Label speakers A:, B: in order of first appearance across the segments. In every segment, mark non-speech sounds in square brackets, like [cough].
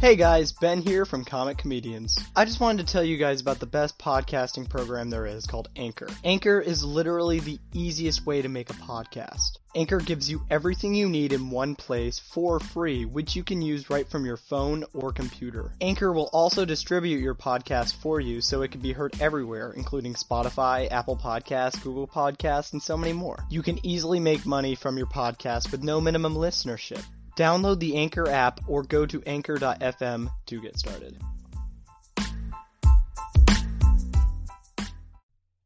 A: Hey guys, Ben here from Comic Comedians. I just wanted to tell you guys about the best podcasting program there is called Anchor. Anchor is literally the easiest way to make a podcast. Anchor gives you everything you need in one place for free, which you can use right from your phone or computer. Anchor will also distribute your podcast for you so it can be heard everywhere, including Spotify, Apple Podcasts, Google Podcasts, and so many more. You can easily make money from your podcast with no minimum listenership. Download the Anchor app or go to anchor.fm to get started.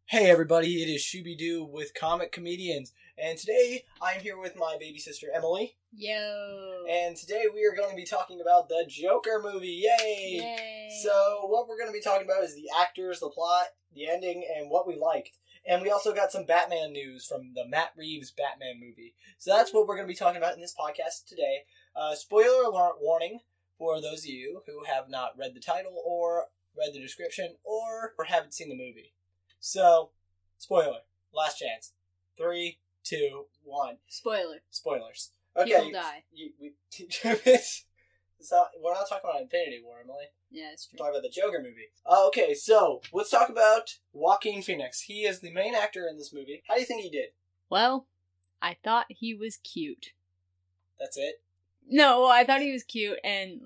A: Hey everybody, it is Shooby Doo with Comic Comedians, and today I am here with my baby sister Emily,
B: Yo.
A: and today we are going to be talking about the Joker movie. Yay!
B: Yay.
A: So, what we're going to be talking about is the actors, the plot, the ending, and what we liked. And we also got some Batman news from the Matt Reeves Batman movie. So, that's what we're going to be talking about in this podcast today. Uh, spoiler alert warning for those of you who have not read the title, or read the description, or, or haven't seen the movie. So, spoiler. Last chance. Three, two, one.
B: spoiler.
A: Spoilers. Okay.
B: People die.
A: You, we, [laughs] it's not, we're not talking about Infinity War, Emily
B: Yeah, it's true.
A: talk about the Joker movie. Uh, okay, so let's talk about Joaquin Phoenix. He is the main actor in this movie. How do you think he did?
B: Well, I thought he was cute.
A: That's
B: [laughs]
A: it. [laughs]
B: No, I thought he was cute [laughs] and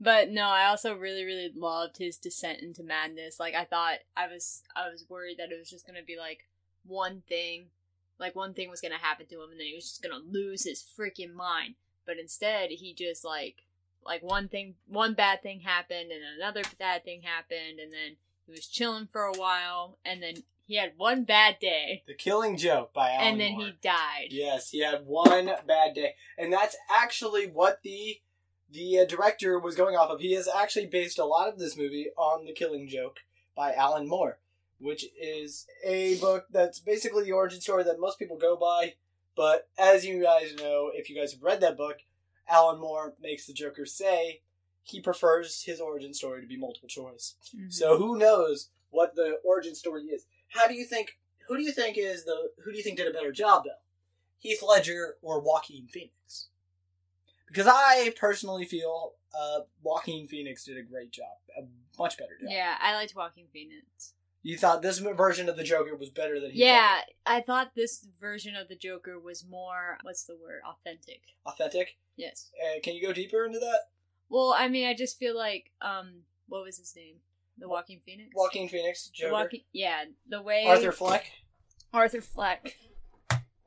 B: but no, I also really really loved his descent into madness. Like I thought I was I was worried that it was just going to be like one thing, like one thing was going to happen to him and then he was just going to lose his freaking mind. But instead, he just like like one thing one bad thing happened and another bad thing happened and then he was chilling for a while and then he had one bad day
A: The Killing Joke by Alan
B: and then
A: Moore.
B: he died.
A: Yes, he had one bad day, and that's actually what the the uh, director was going off of. He has actually based a lot of this movie on The Killing Joke by Alan Moore, which is a book that's basically the origin story that most people go by. But as you guys know, if you guys have read that book, Alan Moore makes the Joker say he prefers his origin story to be multiple choice.
B: Mhm.
A: So who knows what the origin story is? How do you think? Who do you think is the? Who do you think did a better job though? Heath Ledger or Joaquin Phoenix? Because I personally feel uh, Joaquin Phoenix did a great job, a much better job.
B: yeah, I liked Walking Phoenix.
A: You thought this version of the Joker was better than Heath
B: Yeah, I thought this version of the Joker was more what's the word authentic.
A: Ledger? authentic.
B: Yes.
A: Uh, can you go deeper into that?
B: Well, I mean, I just feel like um, what was his name? The Walking Phoenix.
A: Joaquin Phoenix,
B: The
A: Joker,
B: Walking- yeah, the way
A: Arthur Fleck.
B: Arthur Fleck,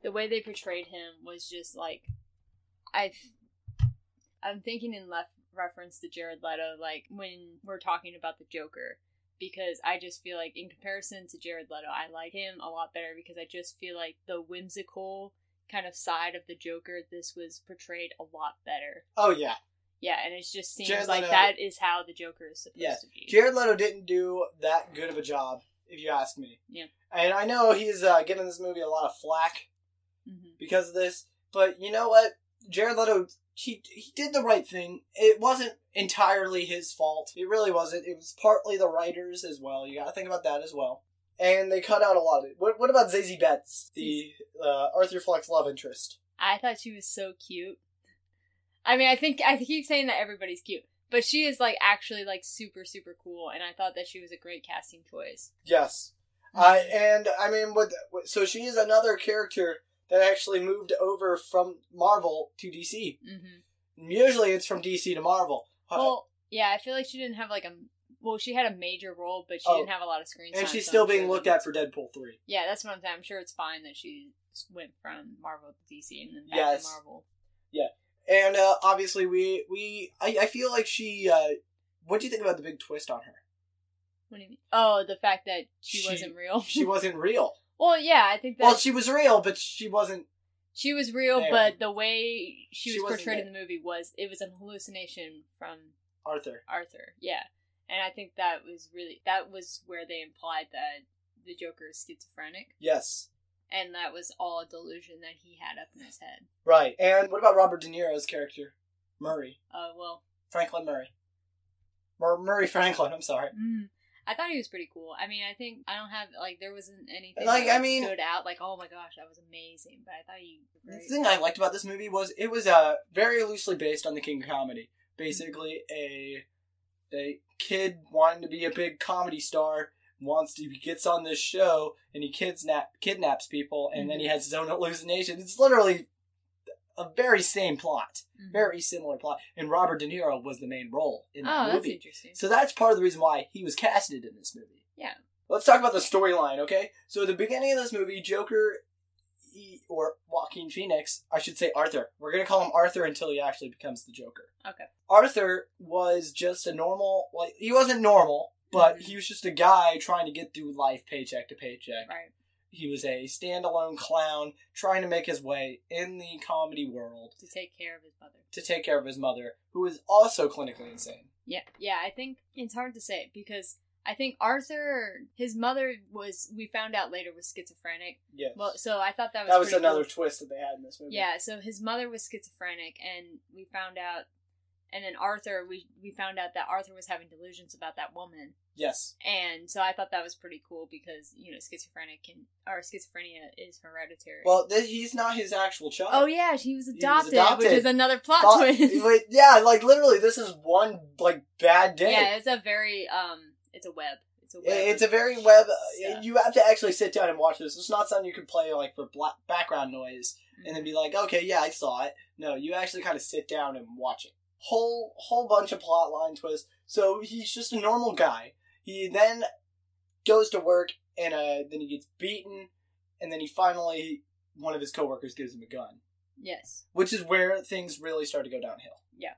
B: the way they portrayed him was just like, I, I'm thinking in left reference to Jared Leto, like when we're talking about the Joker, because I just feel like in comparison to Jared Leto, I like him a lot better because I just feel like the whimsical kind of side of the Joker, this was portrayed a lot better.
A: Oh yeah,
B: Yeah, and it just seems
A: Jared
B: like
A: Leto-
B: that is how the Joker is supposed
A: Yeah,
B: to be.
A: Jared Leto didn't do that good of a job, if you ask me.
B: Yeah.
A: And I know he's uh, giving this movie a lot of flack
B: Mhm.
A: because of this, but you know what? Jared Leto, he he did the right thing. It wasn't entirely his fault. It really wasn't. It was partly the writers as well. You got to think about that as well. And they cut out a lot of it. What, what about Zazie Betts, the uh, Arthur Fleck's love interest?
B: I thought she was so cute. I mean, I think I keep saying that everybody's cute, but she is like actually like super super cool, and I thought that she was a great casting choice.
A: Yes. I and I mean, with so she is another character that actually moved over from Marvel to DC.
B: hmm
A: Usually it's from DC to Marvel. Uh,
B: Well, yeah, I feel like she didn't have like a well, she had a major role, but she
A: Oh.
B: didn't have a lot of screen time.
A: and she's
B: so
A: still
B: I'm
A: being
B: sure
A: looked
B: that-
A: at for Deadpool 3.
B: Yeah, that's what I'm saying. I'm sure it's fine that she went from Marvel to DC and then back
A: Yes.
B: to Marvel.
A: And uh, obviously we we I, I feel like she uh what do you think about the big twist on her?
B: What do you mean? Oh, the fact that she,
A: She-
B: wasn't real. [laughs]
A: She wasn't real.
B: well, yeah, I think that
A: well, she was real, but she wasn't
B: She was real,
A: There.
B: but the way she,
A: She
B: was
A: wasn't
B: portrayed
A: there.
B: in the movie was it was an hallucination from
A: Arthur.
B: Arthur. Yeah. And I think that was really that was where they implied that the Joker is schizophrenic
A: Yes.
B: and that was all a delusion that he had up in his head.
A: Right. And what about Robert De Niro's character? Murray.
B: Uh well,
A: Franklin Murray. Mur- Murray Franklin, I'm sorry.
B: mm, I thought he was pretty cool. I mean, I think I don't have like there wasn't anything
A: Like,
B: that,
A: I mean-
B: stood out like oh my gosh, that was amazing, but I thought he was
A: The
B: great.
A: thing I liked about this movie was it was uh, very loosely based on the King of Comedy, basically a a kid wanting to be a big comedy star wants to he gets on this show and he kidnap kidnaps people and then he
B: Mm-hmm.
A: has his own hallucinations. It's literally a very same plot,
B: Mhm.
A: very similar plot. And Robert De Niro was the main role in that
B: oh, that's
A: movie.
B: interesting.
A: So that's part of the reason why he was casted in this movie.
B: Yeah.
A: Let's talk about the storyline, okay? So at the beginning of this movie, Joker he, or Joaquin Phoenix, I should say Arthur. We're going to call him Arthur until he actually becomes the Joker.
B: Okay.
A: Arthur was just a normal, like he wasn't normal, but
B: Mhm.
A: he was just a guy trying to get through life paycheck to paycheck.
B: right.
A: He was a standalone clown trying to make his way in the comedy world
B: To take care of his mother.
A: to take care of his mother, who is also clinically insane.
B: Yeah, yeah. I think it's hard to say because I think Arthur, his mother was, we found out later, was schizophrenic.
A: Yes.
B: Well, so I thought that was
A: that was
B: pretty
A: another
B: cool.
A: twist that they had in this movie.
B: Yeah, so his mother was schizophrenic, and we found out, and then Arthur, we we found out that Arthur was having delusions about that woman,
A: Yes.
B: and so I thought that was pretty cool because you know schizophrenic can or schizophrenia is hereditary.
A: Well, th- he's not his actual child.
B: oh yeah, she was
A: was
B: adopted,
A: adopted.
B: which is another plot
A: Thought-
B: [laughs] twist.
A: [laughs] wait, yeah, like literally, this is one like bad day.
B: [laughs] yeah, it's a very um, it's a web. It's a web.
A: It- It's a
B: of-
A: very web. uh,
B: Yeah.
A: You have to actually sit down and watch this. It's not something you can play like for black background noise and then be like, okay, yeah, I saw it. No, you actually kind of sit down and watch it. Whole whole bunch of plot line twists. So he's just a normal guy. He then goes to work and uh, then he gets beaten, and then he finally one of his coworkers gives him a gun.
B: Mm-hmm. yes,
A: which is where things really start to go downhill.
B: Yeah.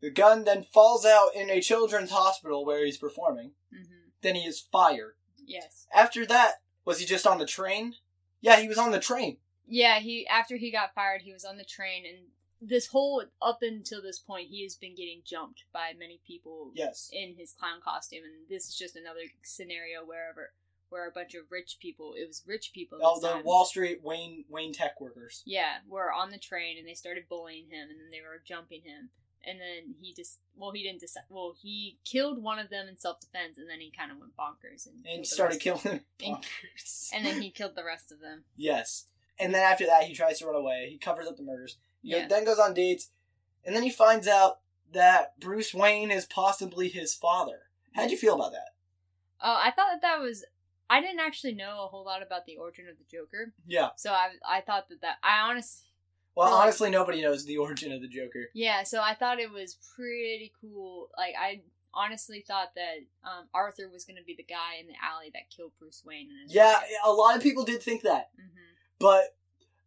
A: The gun then falls out in a children's hospital where he's performing.
B: hmm
A: Then he is fired.
B: yes.
A: After that, was he just on the train? Yeah, he was on the train.
B: Yeah, he after he got fired, he was on the train, and this whole up until this point, he has been getting jumped by many people
A: Yes.
B: in his clown costume, and this is just another scenario wherever where a bunch of rich people. It was rich people.
A: All
B: this
A: the
B: time.
A: Wall Street Wayne Wayne tech workers.
B: Yeah, were on the train, and they started bullying him, and then they were jumping him, and then he just well, he didn't decide. Well, he killed one of them in self defense, and then he kind of went bonkers and
A: And
B: killed the
A: started killing [laughs]
B: rest-
A: them.
B: And-
A: Bonkers.
B: And then he killed the rest of them.
A: [laughs] yes. And then after that, he tries to run away. He covers up the murders. He
B: Yeah.
A: then goes on dates. And then he finds out that Bruce Wayne is possibly his father. How'd you feel about that?
B: Oh, I thought that that was. I didn't actually know a whole lot about the origin of the Joker.
A: Yeah.
B: So I I thought that that I honestly
A: Well,
B: Or, like-
A: honestly, nobody knows the [laughs] origin of the Joker.
B: yeah. So I thought it was pretty cool. Like I honestly thought that um, Arthur was gonna be the guy in the alley that killed Bruce Wayne. And
A: Yeah, a lot of people did think that,
B: Mm-hmm.
A: but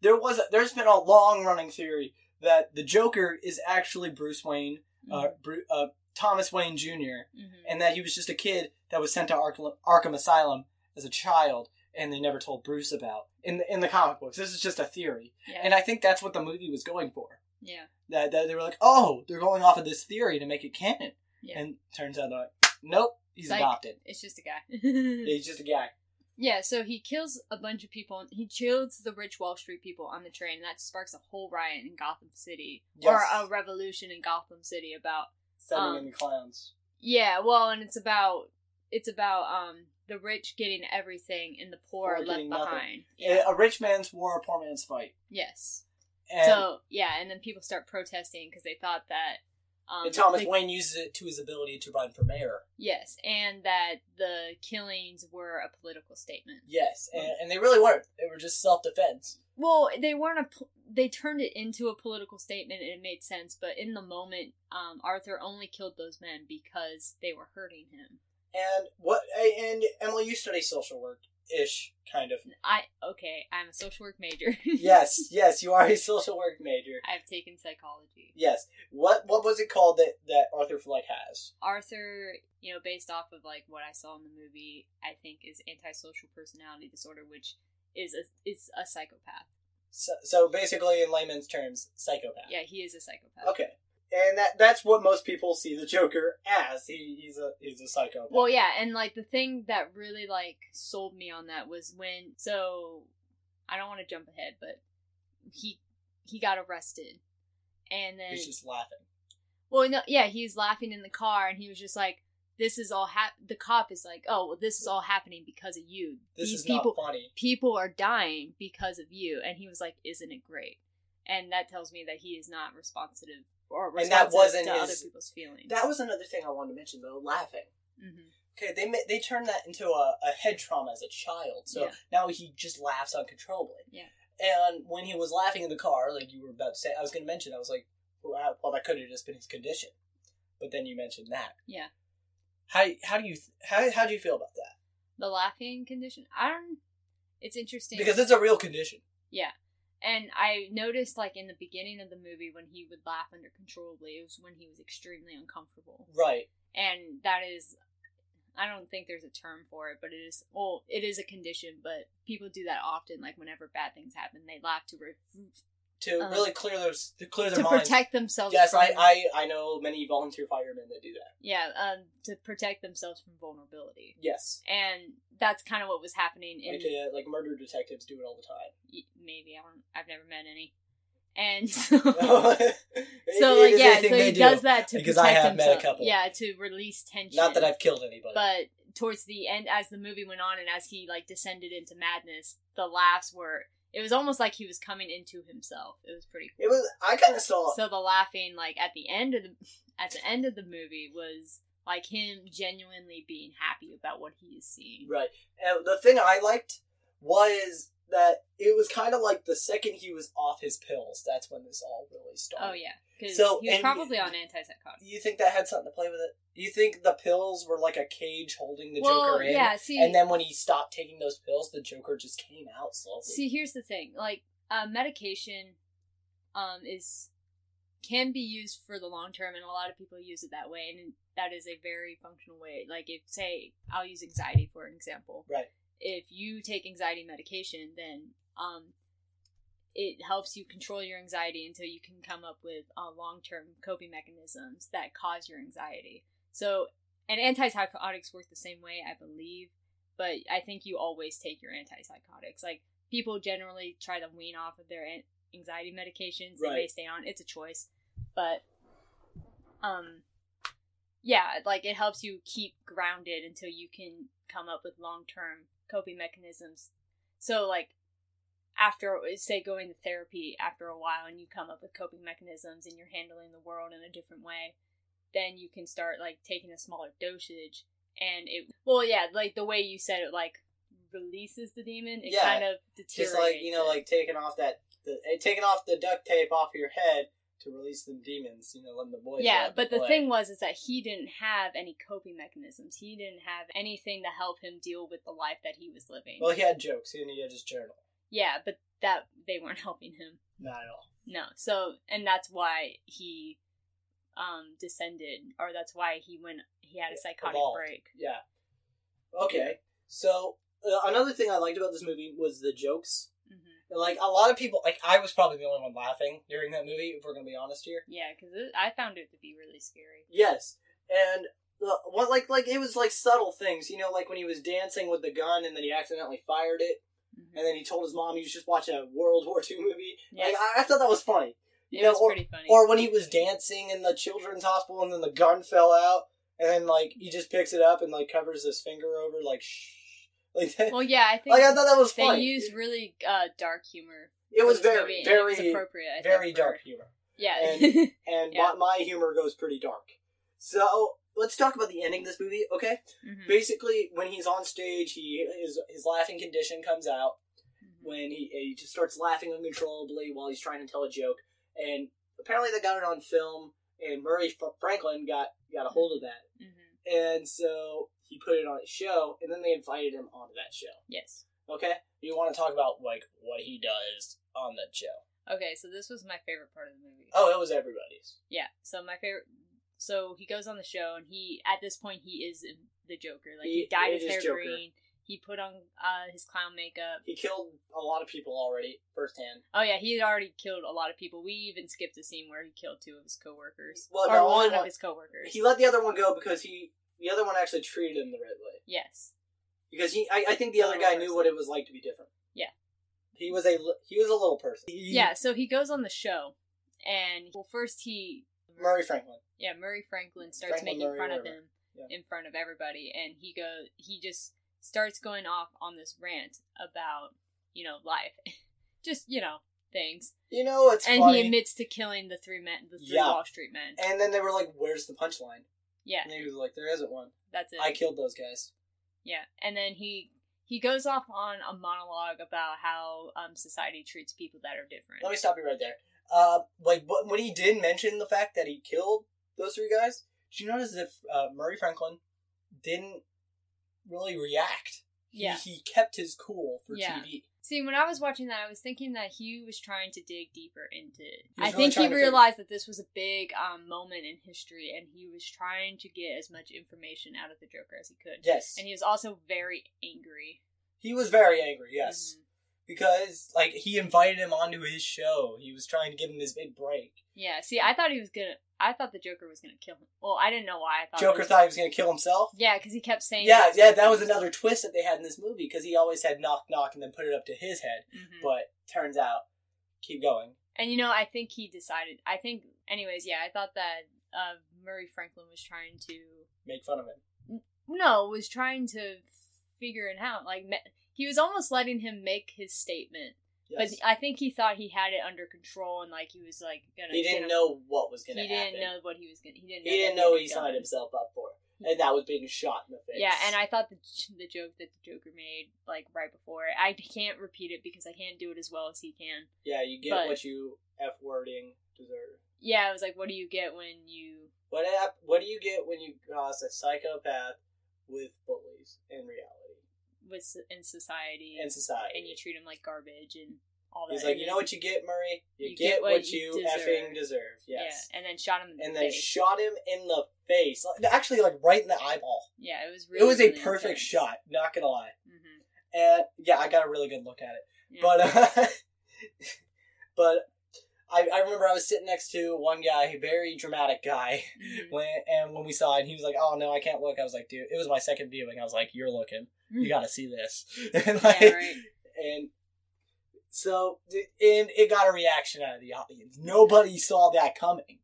A: there was a, there's been a long running theory that the Joker is actually Bruce Wayne, uh, Bru- uh, Thomas Wayne Jr.,
B: mm-hmm.
A: and that he was just a kid that was sent to Ark- Arkham Asylum as a child, and they never told Bruce about in the, in the comic books. This is just a theory,
B: Yeah.
A: and I think that's what the movie was going for.
B: yeah.
A: That, that they were like, oh, they're going off of this theory to make it canon,
B: Yeah.
A: and turns out they're like, nope, he's
B: Like-
A: adopted.
B: It's just a guy. [laughs]
A: Yeah, he's just a guy.
B: Yeah, so he kills a bunch of people. He kills the rich Wall Street people on the train, and that sparks a whole riot in Gotham City, or
A: Yes.
B: a revolution in Gotham City about
A: sending
B: Um,
A: in the clowns.
B: Yeah, well, and it's about it's about um the rich getting everything and the poor
A: Poor
B: left
A: getting nothing.
B: behind.
A: Eh,
B: Yeah.
A: A rich man's war, a poor man's fight.
B: Yes.
A: And,
B: so yeah, and then people start protesting because they thought that um
A: and Thomas
B: the-
A: Wayne uses it to his ability to run for mayor.
B: yes, and that the killings were a political statement.
A: Yes,
B: Hmm.
A: and, and they really weren't. They were just self defense.
B: Well, they weren't a pol- they turned it into a political statement and it made sense, but in the moment, um, Arthur only killed those men because they were hurting him.
A: And what? eh, And Emily, you study social work ish, kind
B: [laughs]
A: of.
B: I okay, I'm a social work major. [laughs]
A: yes, yes, you are a social work major.
B: I've taken psychology.
A: Yes. What What was it called that that Arthur Fleck has?
B: Arthur, you know, based off of like what I saw in the movie, I think is antisocial personality disorder, which is a is a psychopath.
A: So, so basically, in layman's terms, psychopath.
B: Yeah, he is a psychopath.
A: Okay. And that that's what most people see the Joker as. He, he's a he's a psychopath.
B: Well, yeah, and like the thing that really like sold me on that was when so I don't want to jump ahead, but he he got arrested, and then
A: he's just laughing.
B: Well, no, yeah, he's laughing in the car, and he was just like, "This is all hap." The cop is like, "Oh, well, this is all happening because of you.
A: This
B: These
A: is
B: people,
A: not funny.
B: people are dying because of you." And he was like, "Isn't it great?" And that tells me that he is not responsive or
C: And that
B: responsive
C: wasn't
B: to
C: his-
B: other people's feelings.
C: That was another thing I wanted to mention though, laughing.
B: Mhm.
C: Okay, they ma- they turned that into a, a head trauma as a child. So
B: Yeah.
C: now he just laughs uncontrollably.
B: Yeah.
C: And when he was laughing in the car, like you were about to say, I was going to mention, I was like, well, well that could have just been his condition. But then you mentioned that.
B: Yeah.
C: How how do you th- how how do you feel about that?
B: the laughing condition. I don't. It's interesting
C: Because it's a real condition.
B: Yeah. And I noticed, like, in the beginning of the movie, when he would laugh uncontrollably, it was when he was extremely uncomfortable.
C: Right.
B: And that is, I don't think there's a term for it, but it is, well, it is a condition, but people do that often. Like, whenever bad things happen, they laugh to, re-
C: To
B: Um,
C: really clear those to clear their
B: to
C: minds.
B: protect themselves
C: yes,
B: from,
C: I, I I know many volunteer firemen that do that.
B: yeah, um, to protect themselves from vulnerability.
C: Yes.
B: And that's kind of what was happening in
C: Like uh, like murder detectives do it all the time.
B: y- maybe I don't I've never met any,
C: [laughs]
B: and so, [laughs]
C: so
B: So like yeah, so he does that to
C: because I
B: protect
C: have met a
B: himself.
C: couple.
B: Yeah, to release tension.
C: Not that I've killed anybody.
B: But towards the end, as the movie went on, and as he like descended into madness, the laughs were. It was almost like he was coming into himself. It was pretty
C: it
B: cool.
C: was I kind of saw
B: so the laughing, like at the end of the at the end of the movie, was like him genuinely being happy about what he is seeing.
C: right. And the thing I liked was that it was kind of like the second he was off his pills, that's when this all really started.
B: Oh yeah, because
C: So,
B: he was
C: and-
B: probably on antipsychotics.
C: Do you think that had something to play with it? Do you think the pills were like a cage holding the
B: well,
C: Joker in?
B: yeah. See,
C: And then when he stopped taking those pills, the Joker just came out slowly.
B: See, here's the thing. Like, uh, medication um, is can be used for the long term, and a lot of people use it that way, and that is a very functional way. Like, if say I'll use anxiety for an example.
C: Right.
B: If you take anxiety medication, then um, it helps you control your anxiety until you can come up with uh, long term coping mechanisms that cause your anxiety. So, and antipsychotics work the same way, I believe. But I think you always take your antipsychotics. Like people generally try to wean off of their an- anxiety medications. They may
C: Right.
B: stay on. It's a choice, but um, yeah, like it helps you keep grounded until you can come up with long term coping mechanisms. So like after say going to therapy after a while and you come up with coping mechanisms and you're handling the world in a different way then you can start like taking a smaller dosage and it well yeah like the way you said it like releases the demon it
C: Yeah,
B: kind of deteriorates
C: just like you know,
B: it.
C: like taking off that the, eh, taking off the duct tape off your head to release them demons. You know, letting the boys.
B: yeah
C: out
B: but
C: to
B: the
C: play.
B: thing was is that he didn't have any coping mechanisms he didn't have anything to help him deal with the life that he was living
C: Well, he had jokes and he had his journal.
B: yeah but that they weren't [laughs] helping him
C: Not at all.
B: No. So, and that's why he um descended, or that's why he went. He had a psychotic
C: Evolved.
B: break.
C: Yeah. Okay. So uh, another thing I liked about this movie was the jokes.
B: hmm
C: Like a lot of people, like I was probably the only one laughing during that movie. If we're gonna be honest here.
B: Yeah, because I found it to be really scary.
C: Yes, and the what like like it was like subtle things. You know, like when he was dancing with the gun and then he accidentally fired it,
B: Mhm.
C: and then he told his mom he was just watching a World War II movie.
B: Yeah,
C: Like I, I thought that was funny.
B: it
C: you know,
B: was
C: or-
B: pretty funny.
C: Or when he was dancing in the children's hospital and then the gun fell out and then like he just picks it up and like covers his finger over like [laughs] shh like that.
B: well, yeah, I think
C: like I thought that was
B: they
C: Oh, funny.
B: used really uh, dark humor.
C: it
B: for
C: was
B: this
C: very
B: movie, and it
C: very
B: was appropriate. I think,
C: very
B: for-
C: dark humor.
B: Yeah. [laughs]
C: and- And
B: Yeah.
C: my, my humor goes pretty dark. So let's talk about the ending of this movie, okay? [laughs]
B: Mhm.
C: Basically when he's on stage he his his laughing condition comes out
B: Mhm.
C: when he, he just starts laughing uncontrollably while he's trying to tell a joke. And apparently they got it on film, and Murray F- Franklin got got a hold of that,
B: Mhm.
C: and so he put it on his show, and then they invited him onto that show.
B: Yes.
C: Okay, you want to talk about like what he does on that show?
B: Okay, so this was my favorite part of the movie.
C: Oh, it was everybody's.
B: Yeah. So my favorite. So he goes on the show, and he at this point he is the Joker. Like he,
C: He-
B: dyed
C: it
B: his
C: is
B: hair
C: Joker.
B: green. He put on uh, his clown makeup.
C: He killed a lot of people already firsthand.
B: Oh yeah, he had already killed a lot of people. We even skipped a scene where he killed two of his coworkers,
C: Well,
B: or
C: no, only
B: one of
C: one.
B: his coworkers.
C: He let the other one go because he the other one actually treated him the right way.
B: yes.
C: because he I, I think the other guy knew what it was like to be different.
B: Yeah.
C: He was a li- he was a little person. He-
B: Yeah. So he goes on the show, and well, first he
C: Murray Franklin.
B: yeah Murray Franklin starts
C: Franklin
B: making
C: Murray,
B: fun of
C: whatever.
B: him
C: Yeah.
B: in front of everybody, and he goes he just starts going off on this rant about you know life, [laughs] just you know things.
C: You know, it's
B: and
C: funny.
B: he admits to killing the three men, the three
C: Yeah.
B: Wall Street men.
C: and then they were like, "Where's the punchline?"
B: yeah,
C: And he was like, "There isn't one.
B: that's it.
C: I killed those guys."
B: Yeah, and then he he goes off on a monologue about how um, society treats people that are different.
C: Let me stop you right there. Uh, like but when he did mention the fact that he killed those three guys, did you notice that uh, Murray Franklin didn't really react? He-
B: Yeah.
C: he, kept his cool for
B: Yeah.
C: TV.
B: See, when I was watching that, I was thinking that he was trying to dig deeper into. It.
C: was
B: I
C: really
B: think
C: trying
B: he
C: to figure-
B: realized that this was a big um, moment in history, and he was trying to get as much information out of the Joker as he could.
C: Yes,
B: And he was also very angry.
C: he was very angry. Yes,
B: Mhm.
C: because like he invited him onto his show. He was trying to give him this big break.
B: Yeah. See, I thought he was gonna. I thought the Joker was gonna kill him. Well, I didn't know why. I thought
C: Joker
B: this-
C: thought he was going to kill himself.
B: Yeah, because he kept saying.
C: Yeah,
B: he
C: yeah,
B: gonna
C: that
B: kill
C: was
B: himself.
C: another twist that they had in this movie because he always had knock knock and then put it up to his head.
B: Mhm.
C: But turns out, keep going.
B: And you know, I think he decided. I think, anyways, yeah, I thought that uh, Murray Franklin was trying to
C: Make fun of him.
B: no was trying to figure it out. Like me- he was almost letting him make his statement,
C: Yes.
B: but I think he thought he had it under control and like he was like gonna.
C: he
B: get
C: didn't
B: him-
C: know what was
B: He
C: going to
B: didn't
C: happen.
B: know what he was gonna. He didn't.
C: he
B: know
C: didn't
B: that
C: know
B: was
C: what he
B: gonna-
C: signed himself up for, and that was being shot in the face.
B: Yeah, and I thought the the joke that the Joker made like right before it- I can't repeat it because I can't do it as well as he can.
C: yeah, you get
B: but-
C: what you f wording deserve.
B: Yeah, I was like, what do you get when you?
C: What app? What do you get when you cross a psychopath with bullies in reality
B: with s- in society
C: in society?
B: and you treat him like garbage and all that.
C: He's like,
B: and
C: you
B: then-
C: know what you get, Murray. You,
B: You
C: get, what, you,
B: deserve."
C: effing deserve.
B: Yeah,
C: Yes.
B: and then shot him in
C: and
B: the
C: then
B: face.
C: shot him in the face. Like, Actually, like right in the eyeball.
B: yeah, it was really.
C: it was
B: really
C: a perfect
B: intense.
C: shot. Not gonna lie.
B: Mhm.
C: And yeah, I got a really good look at it.
B: Yeah.
C: But uh, [laughs] but I, I remember I was sitting next to one guy, a very dramatic guy.
B: Mhm.
C: When and when we saw it, and he was like, "Oh no, I can't look." I was like, "Dude, it was my second viewing." I was like, "You're looking. You got to see this." [laughs] and like,
B: Mm. yeah, right.
C: and so th- and it got a reaction out of the audience. Nobody saw that coming.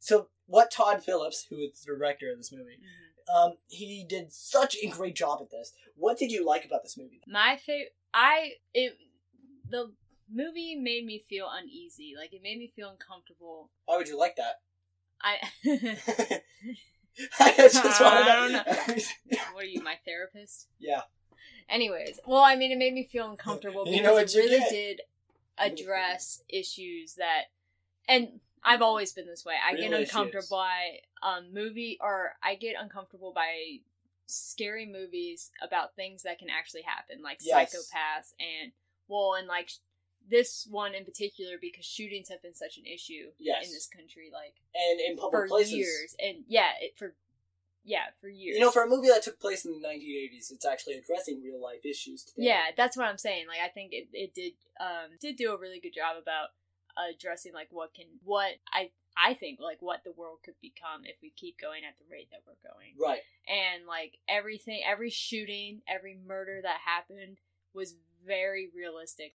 C: So what Todd Phillips, who is the director of this movie,
B: Mhm.
C: um, he did such a great job at this. What did you like about this movie?
B: My favorite. I it the movie made me feel uneasy. Like it made me feel uncomfortable.
C: Why would you like that? [laughs]
B: I. [laughs]
C: I just
B: I
C: wanna know.
B: what are you, my therapist?
C: yeah.
B: Anyways, well, I mean, it made me feel uncomfortable because
C: You know
B: it
C: what you
B: really
C: get.
B: did address issues that, and I've always been this way. I
C: Real
B: get
C: issues.
B: uncomfortable by um, movie, or I get uncomfortable by scary movies about things that can actually happen, like
C: Yes.
B: psychopaths and well, and like this one in particular because shootings have been such an issue
C: [laughs] Yes.
B: in this country, like
C: And in public
B: for
C: places.
B: years, and yeah, it, for yeah, for years.
C: You know, for a movie that took place in the 1980s, it's actually addressing real life issues today.
B: Yeah, that's what I'm saying. Like I think it, it did um did do a really good job about addressing like what can what I I think like what the world could become if we keep going at the rate that we're going.
C: Right.
B: And like everything every shooting, every murder that happened was very realistic.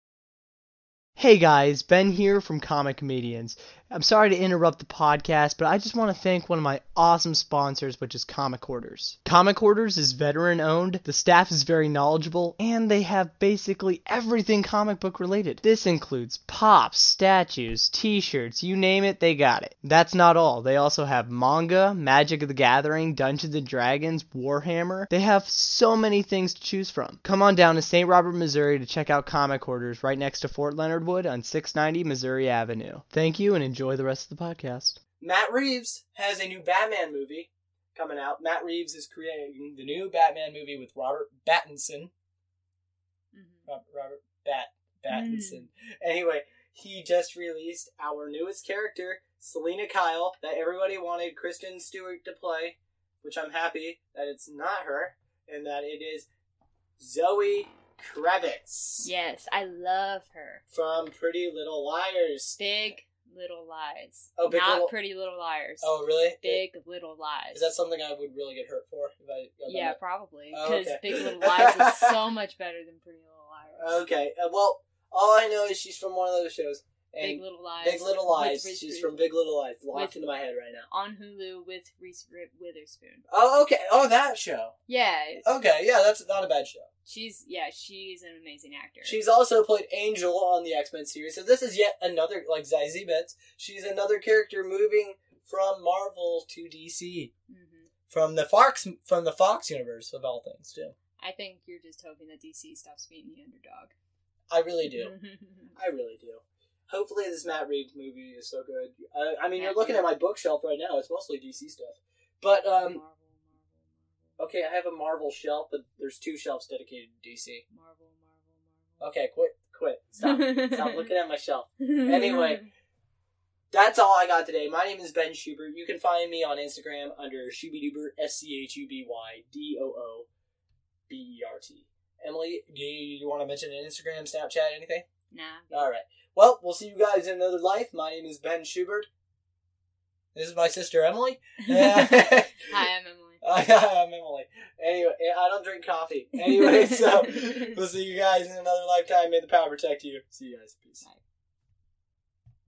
A: Hey guys, Ben here from Comic Comedians. I'm sorry to interrupt the podcast, but I just want to thank one of my awesome sponsors, which is Comic Hoarders. Comic Hoarders is veteran owned, the staff is very knowledgeable, and they have basically everything comic book related. This includes pops, statues, t shirts, you name it, they got it. That's not all. They also have manga, Magic of the Gathering, Dungeons and Dragons, Warhammer. They have so many things to choose from. Come on down to St. Robert, Missouri to check out Comic Hoarders right next to Fort Leonard Wood on 690 Missouri Avenue. Thank you and enjoy the rest of the podcast.
C: Matt Reeves has a new Batman movie coming out. Matt Reeves is creating the new Batman movie with Robert Pattinson.
B: Mhm.
C: Robert, Robert Bat Pattinson.
B: Hmm.
C: Anyway, he just released our newest character, Selena Kyle, that everybody wanted Kristen Stewart to play, which I'm happy that it's not her and that it is Zoe Kravitz
B: Yes, I love her.
C: from Pretty Little Liars.
B: Big Little Lies.
C: Oh, Big
B: Not
C: Little-
B: Pretty Little Liars.
C: Oh, really?
B: Big Little Lies.
C: Is that something I would really get hurt for? If I, if I
B: Yeah, probably.
C: Oh,
B: Because
C: okay.
B: Big Little Lies is
C: [laughs]
B: so much better than Pretty Little Liars.
C: Okay. Uh, well, all I know is she's from one of those shows, And
B: Big Little Lies.
C: Big Little Lies.
B: with Reese
C: She's
B: Witherspoon.
C: from Big Little Lies. Locked
B: With-
C: into my head right now.
B: on Hulu with Reese Ri- Witherspoon.
C: Oh, okay. Oh, that show.
B: Yeah, it's-
C: Okay, yeah, that's not a bad show.
B: she's yeah, she's an amazing actor.
C: She's also played Angel on the X Men series, so this is yet another like Zazie Betts. She's another character moving from Marvel to DC,
B: hmm
C: from the Fox from the Fox universe of all things too.
B: I think you're just hoping that DC stops being the underdog.
C: I really do. I really do. Hopefully, this Matt Reeves movie is so good. Uh, I mean, you're
B: Matt
C: looking at my
B: Reeves.
C: bookshelf right now; it's mostly DC stuff. But um,
B: [laughs] Marvel,
C: okay, I have a Marvel shelf, but there's two shelves dedicated to DC.
B: Marvel, Marvel,
C: Okay, quit, quit, stop,
B: [laughs] Marvel, Marvel.
C: Um, stop looking at my shelf.
B: [laughs] Anyway,
C: Anyway. That's all I got today. My name is Ben Schubert. You can find me on Instagram under Schubidubert, S C H U B Y D O O B E R T. Emily, do you, you want to mention an Instagram, Snapchat, anything?
B: nah.
C: All right. Well, we'll see you guys in another life. My name is Ben Schubert. This is my sister Emily. [laughs]
B: [laughs] Hi, I'm Emily.
C: I'm Emily. Anyway, I don't drink
B: [laughs]
C: coffee. Anyway, so we'll see you guys in another lifetime. May the power protect you. See you guys. Peace.
B: Bye.